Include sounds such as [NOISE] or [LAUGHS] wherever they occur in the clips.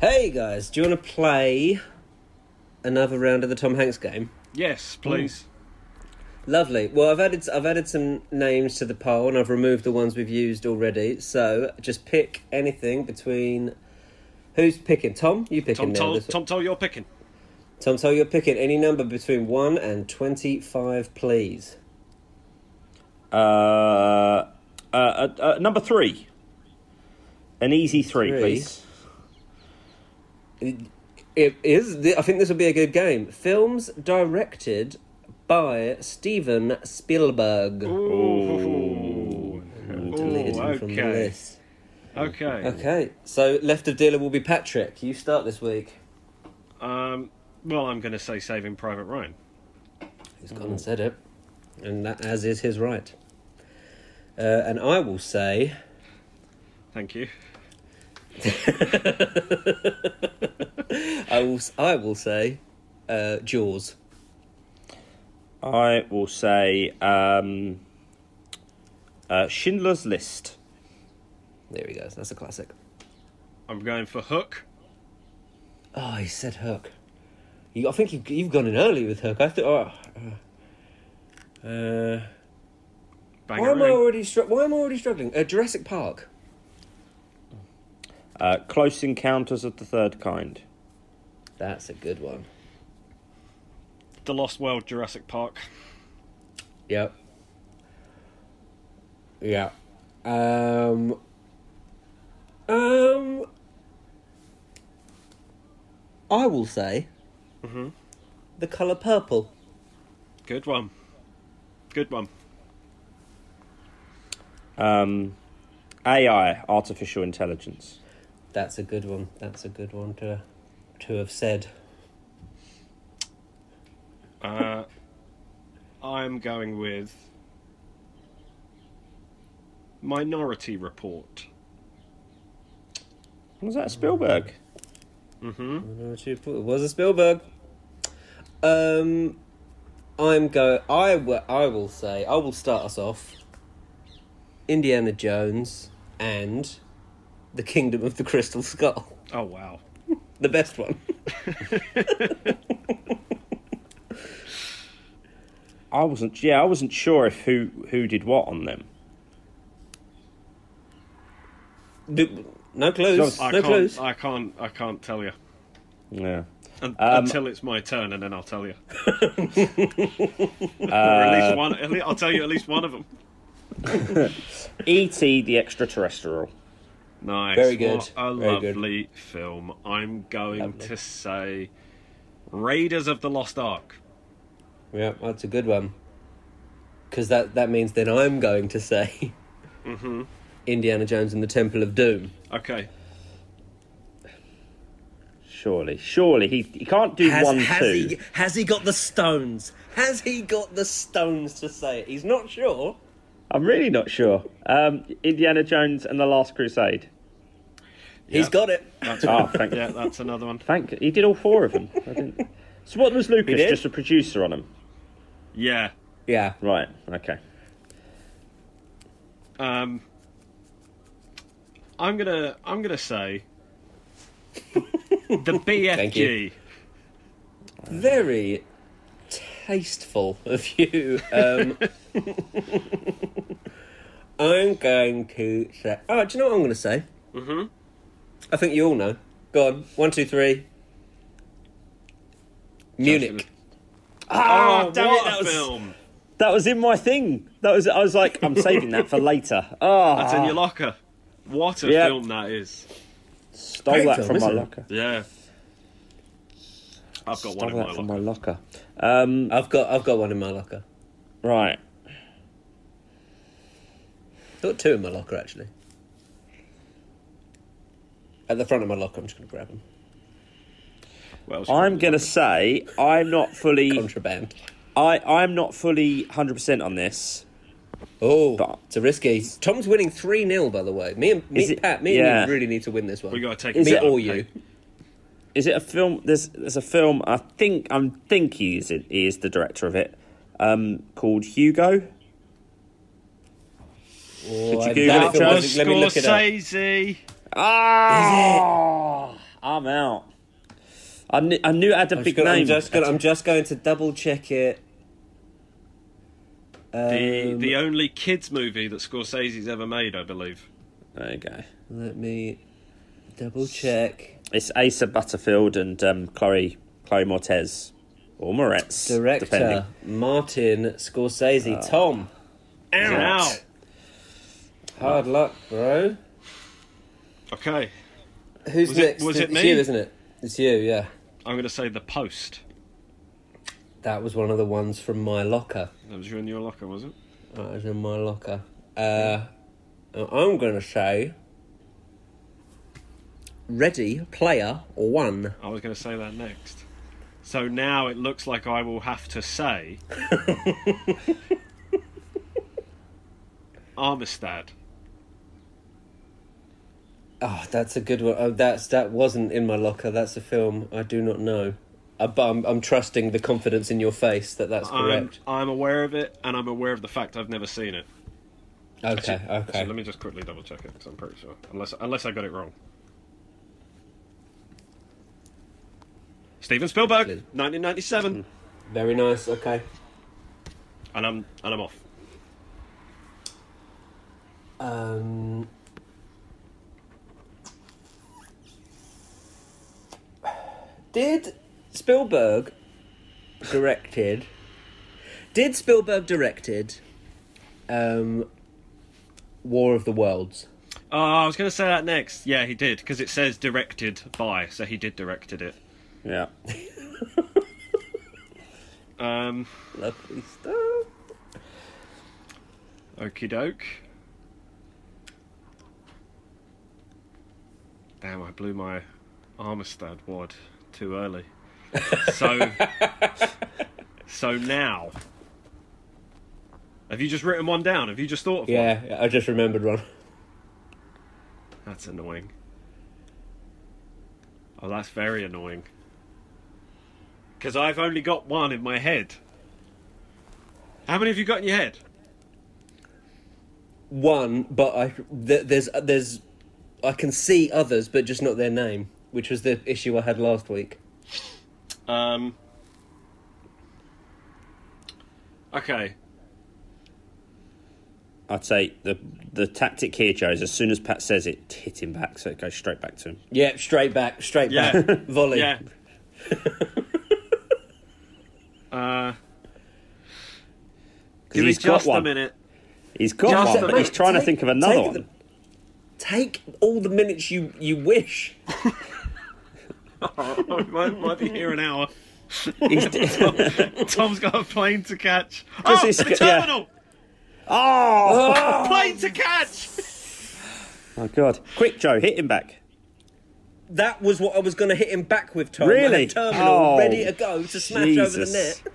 Hey guys, do you want to play another round of the Tom Hanks game? Yes, please. Lovely. Well, I've added I've added some names to the poll, and I've removed the ones we've used already. So just pick anything between. Who's picking? Tom, you picking Tom now? Toll, this one. Tom Toll, you're picking. Tom, so you're picking any number between one and twenty-five, please. Uh, uh, uh, uh, number three. An easy three, Three. please. It is. th- I think this will be a good game. Films directed by Steven Spielberg. Ooh. Deleted Ooh, him from the okay. list. [LAUGHS] Okay. Okay, so left of dealer will be Patrick. You start this week. Um, well, I'm going to say Saving Private Ryan. He's gone and said it, and that as is his right. Uh, and I will say, [LAUGHS] Thank you. I will, s- I will say, uh, Jaws. I will say um, uh, Schindler's List. There he goes. That's a classic. I'm going for Hook. Oh, he said Hook. You, I think you've, you've gone in early with Hook. I thought. Oh, uh, uh, why am I Bangarang. already str- Why am I already struggling? Uh, Jurassic Park. Uh, Close Encounters of the Third Kind. That's a good one. The Lost World, Jurassic Park. Yep. Yeah. Um. Um. I will say. Mm-hmm. The color purple. Good one. Good one. Um, AI, Artificial Intelligence. That's a good one. That's a good one to to have said. Uh, I'm going with Minority Report. Was that Spielberg? It was a Spielberg. Um, I'm go. I w- I will say. I will start us off. Indiana Jones and the Kingdom of the Crystal [LAUGHS] Skull. Oh wow. The best one. [LAUGHS] I wasn't. Yeah, I wasn't sure if who who did what on them. D- No clues. I no can't. clues. I can't. I can't tell you Yeah. Un- Um, until it's my turn, and then I'll tell you. [LAUGHS] or at least one. At least, I'll tell you at least one of them. E.T. E the Extraterrestrial. Nice. Very good. What a Very good. lovely film. I'm going Lovely. to say Raiders of the Lost Ark. Yeah, that's a good one. Because that that means then I'm going to say. Mm-hmm. Indiana Jones and the Temple of Doom. Okay. Surely, surely he he can't do Has, one has two. he has he got the stones? Has he got the stones to say it? He's not sure. I'm really not sure. Um, Indiana Jones and the Last Crusade. He's Yeah. got it. That's Oh, one. thank, yeah, that's another one. thank. He did all four of them. I didn't... [LAUGHS] So what was Lucas? did? Just a producer on him, Yeah. Yeah. right? Okay. Um, I'm gonna. I'm gonna say the [LAUGHS] BFG. you. Very tasteful of you. Um, [LAUGHS] I'm going to say. Oh, do you know what I'm going to say? Mm-hmm. I think you all know. Go on. One, two, three. Munich. Oh, Ah, damn it, what that a was- film! That was in my thing. That was. I was like, I'm saving that for [LAUGHS] later. Oh, That's in your locker. What a Yeah. film that is. stole that Painful, from my isn't it? locker. Yeah. I've got one Stole in my that locker. from my locker. Um, I've got. I've got one in my locker. right. I've got two in my locker actually. At the front of my locker, I'm just going to grab them. What else you got? I'm gonna say I'm not fully. Contraband. I I'm not fully 100 percent on this. Oh, But- it's a risky. Tom's winning 3 0, by the way. Me and me, Is it- Pat, me yeah. and you really need to win this one. We gotta take Is me it- or you. Is it a film? There's there's a film. I think I'm think he is it, he is the director of it. Um, called Hugo. Or you Google that it, film Joe? was- Let me look it up. Scorsese. Ah, I'm out. I knew, I knew it had a I'm big just, gonna, name. I'm, just gonna, I'm just going to double check it. The Um, the only kids movie that Scorsese's ever made, I believe. There you go. Let me double check. It's Asa Butterfield and um, Chloe Chloe Mortez or Moretz, Director depending. Martin Scorsese. Tom, Ow! hard luck, bro. Okay, Who's Was it- next? was it it's me? you, isn't it? It's you. Yeah, I'm going to say The Post. that was one of the ones from my locker. That was you in your locker, was it? That was in my locker. Uh, I'm gonna say. Ready, player one. I was going to say that next. So now it looks like I will have to say Armistad. Oh, that's a good one. Oh, that's that wasn't in my locker. That's a film I do not know. Uh, but I'm, I'm trusting the confidence in your face that that's I'm, correct. I'm aware of it, and I'm aware of the fact I've never seen it. okay, Actually- okay. actually, let me just quickly double check it because I'm pretty sure, unless unless I got it wrong. Steven Spielberg, 1997, Very nice. Okay. and I'm and I'm off. Um, did Spielberg directed? did Spielberg directed? Um, War of the Worlds. Oh, I was going to say that next. Yeah, he did because it says directed by, so he did directed it. Yeah. Um, Lovely stuff. okie doke. Damn, I blew my Armistad wad too early. So, so now, have you just written one down? Have you just thought of one? Yeah, I just remembered one. That's annoying. Oh, that's very annoying. Because I've only got one in my head. How many have you got in your head? One, but I th- there's there's I can see others, but just not their name, which was the issue I had last week. Um. Okay. I'd say the the tactic here, Joe, is as soon as Pat says it, hit him back, so it goes straight back to him. Yeah, straight back, straight Yeah. [LAUGHS] back, volley. [LAUGHS] Yeah. uh, give Because me he's got just a one. minute. He's got Just a one, but he's minute. trying to Take- think of another take one. the- Take all the minutes you, you wish. I might, might be here an [LAUGHS] hour. He's- Tom's got a plane to [LAUGHS] catch. Does oh, this the go- yeah. terminal! oh, Plane to catch! my god! Quick, Joe, hit him back. That was what I was going to hit him back with, Tom. I Really? had terminal Oh, ready to go to smash over the Jesus. net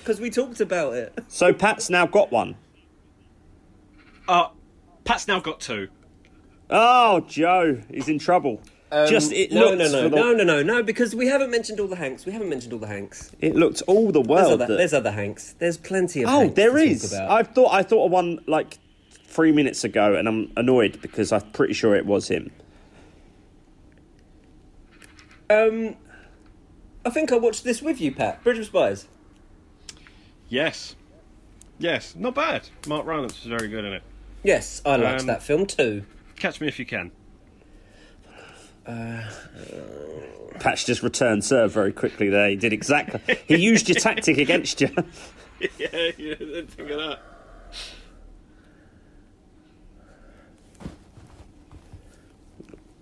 because we talked about it. So Pat's now got one. Uh, Pat's now got two. Oh, Joe, he's in trouble. Just it Um, no, looks no, no, for the- no, no, no, no, because we haven't mentioned all the Hanks. We haven't mentioned all the Hanks. It looked all the There's, world. other, that- there's other Hanks. There's plenty of. Oh, Hanks there to talk is. about. I thought I thought of one like three minutes ago, and I'm annoyed because I'm pretty sure it was him. I think I watched this with you, Pat. Bridge of Spies. Yes. Yes, not bad. Mark Rylance was very good in it. Yes, I liked Um, that film too. Catch me if you can. Patch just returned serve very quickly. There, he did exactly. He used your tactic against you. [LAUGHS] [LAUGHS] yeah, yeah, think of that.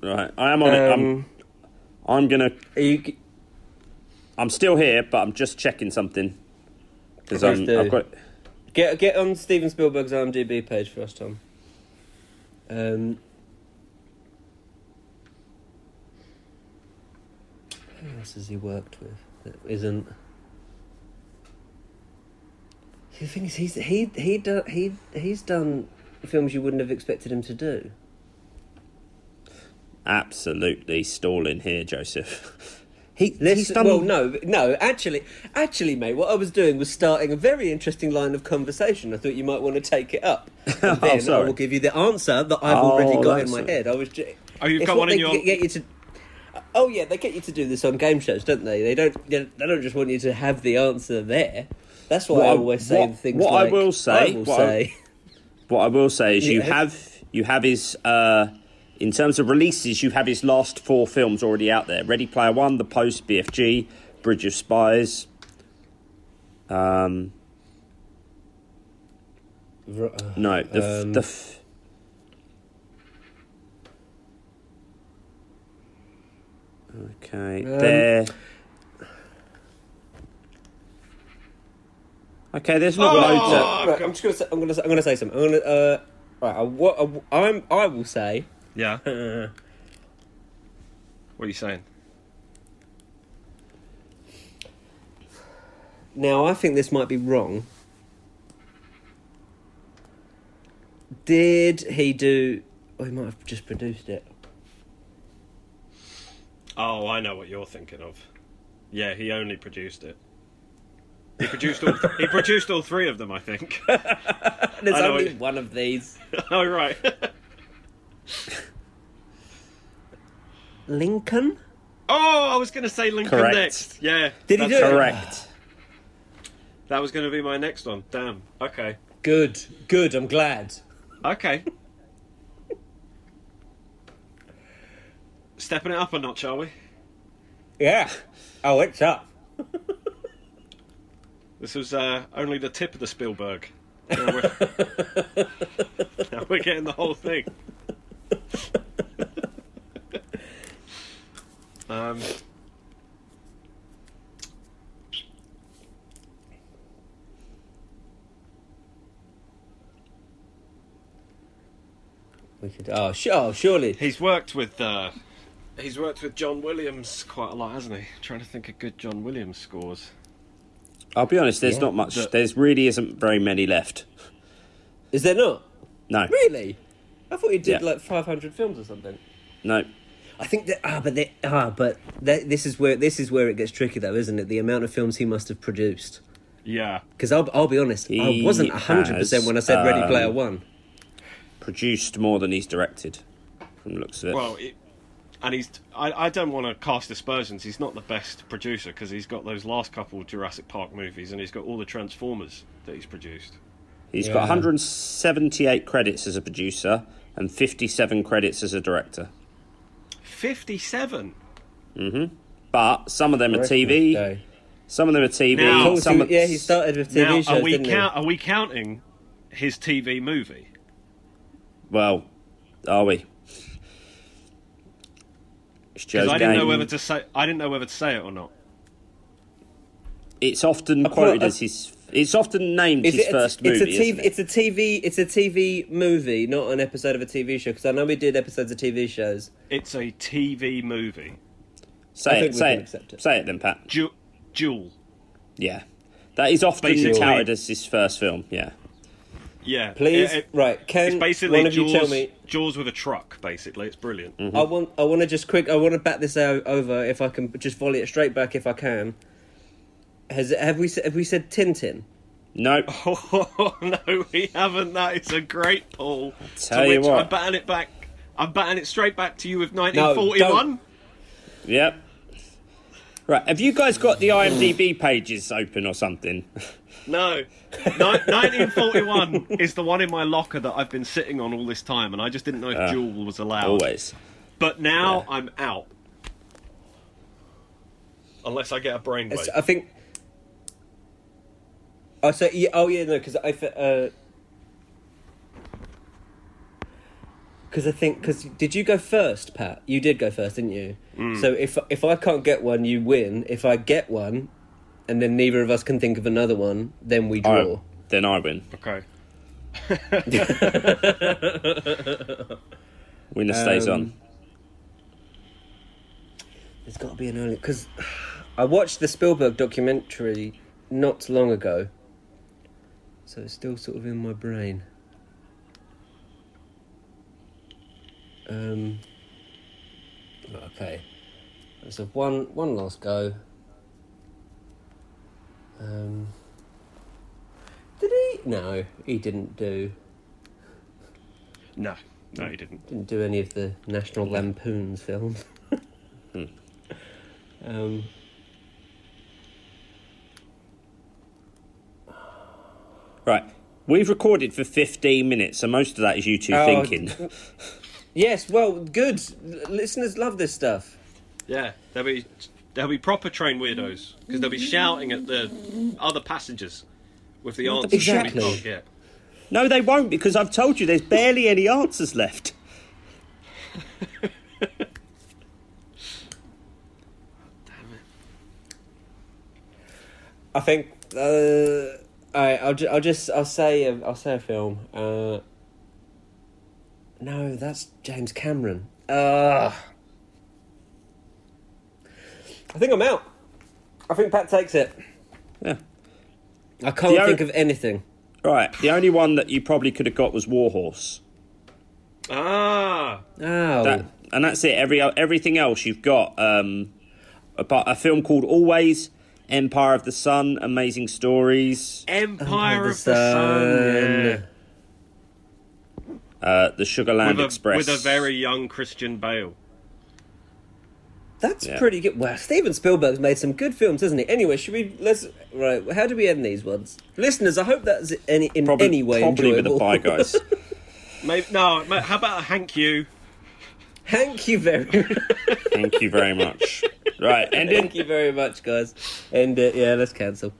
Right, I am on it. um, Um, I'm, I'm gonna. Are you, I'm still here, but I'm just checking something because Please um, do. I've got. Get get on Steven Spielberg's IMDb page for us, Tom. Um, who else has he worked with that isn't? The thing is, he's he he do, he he's done films you wouldn't have expected him to do. Absolutely stalling here, Joseph. [LAUGHS] He, he's Listen, done well, no, no, actually, actually, mate, what I was doing was starting a very interesting line of conversation. I thought you might want to take it [LAUGHS] up. And Oh, then I sorry. will give you the answer that I've Oh, already got in that's my it. head. I was. Ju- Oh, you've It's got what one in they your- get- get you to. Oh yeah, they get you to do this on game shows, don't they? They don't. They don't- they don't just want you to have the answer there. That's why What I I- always say what- things what I like. will say- I will what I- [LAUGHS] say. What I will say is you Yes. have you have his uh, in terms of releases, you have his last four films already out there: Ready Player One, The Post, BFG, Bridge of Spies. Um, R- uh, no, the f- Um, the f- okay there. Okay, there's not loads. Of, Oh, right, I'm just gonna. Say, I'm gonna. Say, I'm gonna say something. I'm gonna. Uh, right. I, what, I, I'm. I will say. [LAUGHS] Yeah. Uh, What are you saying? now I think this might be wrong. Did he do? Oh, he might have just produced it. Oh, I know what you're thinking of. Yeah, he only produced it. He produced all. he produced all three of them, I think. There's I know only it. one of these. oh right. [LAUGHS] Lincoln. oh, I was going to say Lincoln Correct. next. Yeah. Did he that's- do it? correct. That was going to be my next one. Damn. Okay. Good. Good. I'm glad. Okay. Stepping it up a notch, are we? Yeah. Oh, it's up. This was uh, only the tip of the Spielberg. Now we're, now we're getting the whole thing. um, We could. Oh, sure. Oh, surely. he's worked with uh, he's worked with John Williams quite a lot, hasn't he? trying to think of good John Williams scores. I'll be honest. There's Yeah, not much. the- There's really isn't very many left. Is there not? No, Really? I thought he did Yeah. like 500 films or something. no. I think that ah, but they, ah, but that, this is where this is where it gets tricky, though, isn't it? The amount of films he must have produced. Yeah. Because I'll, I'll be honest, I He wasn't hundred percent has, when I said Ready um, Player One. produced more than he's directed, from the looks of it. Well, it, and he's. I, I don't want to cast aspersions. He's not the best producer because he's got those last couple Jurassic Park movies and he's got all the Transformers that he's produced. he's yeah. got 178 credits as a producer and 57 credits as a director. 57? But some of them are TV. Okay. Some of them are TV. Now- Cool, some so- are- yeah, he started with TV Now, shows, are we, didn't count, are we counting his TV movie? Well, are we? It's Joe's Because I didn't know game. whether to say. I didn't know whether to say it or not. It's often quite- quoted I- as his. It's often named he? uh, Is his it a- first it's movie. a isn't TV, it? it's a TV, it's a TV movie, not an episode of a TV show. Because I know we did episodes of TV shows. It's a TV movie. say I it. think we say can it. accept it. Say it then, Pat. Ju- Jewel. Yeah, that is often Basically- touted as his first film. Yeah. Yeah. Please, It- it- right? Can It's basically one of Jaws, you tell me? Mm. Jaws with a truck, basically. It's brilliant. I Mm-hmm. want. I want to just quick. I want to bat this o- over if I can. Just volley it straight back if I can. Has have we s- have we said Tintin? No. [LAUGHS] Oh no, we haven't. That is a great pull. tell to you which what. I'm batting it back. I'm batting it straight back to you with don't. 1941. Yep. Right, have you guys got the IMDb pages open [LAUGHS] or something? No, Ni- 1941 is the one in my locker that I've been sitting on all this time, and I just didn't know if Uh, Jewel was allowed. Always. But now Yeah. I'm out. Unless I get a brainwave. It's- uh, I think. Oh, so yeah, oh yeah, no, because I uh, because I think because did you go first, Pat? You did go first, didn't you? So if if I can't get one, you win. If I get one, and then neither of us can think of another one, then we draw. Oh, then I win. okay. Winner stays Um, on. There's got to be an early because I watched the Spielberg documentary not long ago, so it's still sort of in my brain. Um. Okay. Let's have one one last go. Um. Did he? No, he didn't do No, no, you didn't. didn't do any of the National Lampoon's films. [LAUGHS] Hmm. Um, Right. We've recorded for 15 minutes, so most of that is you two Oh, thinking. yes, well, good. L- Listeners love this stuff. Yeah, there'll be there'll be proper train weirdos because they'll be shouting at the other passengers with the answers. that we Exactly. can't get. [LAUGHS] no, they won't, because I've told you there's barely any answers left. I think. Uh, all right, I'll, ju- I'll just I'll say a, I'll say a film. Uh, no, that's James Cameron. Uh, I think I'm out. I think Pat takes it. Yeah. I can't The think only- of anything. Right. The only one that you probably could have got was Warhorse. Ah, Oh, That, and that's it. Every everything else you've got. Um, a, part- a film called Always, Empire of the Sun, Amazing Stories, the Empire of the Sun. Sun. yeah. uh, The Sugarland With a, Express. with a very young Christian Bale. that's yeah. pretty good. Well, Steven Spielberg's made some good films, hasn't he? Anyway, should we let's right? How do we end these ones, listeners? I hope that's any in probably, any way probably with enjoyable. a bye, guys. Maybe, no, ma- how about a Hank you? [LAUGHS] Thank you very much. Thank you very much. Right, ending. Thank you very much, guys. And uh, yeah, let's cancel.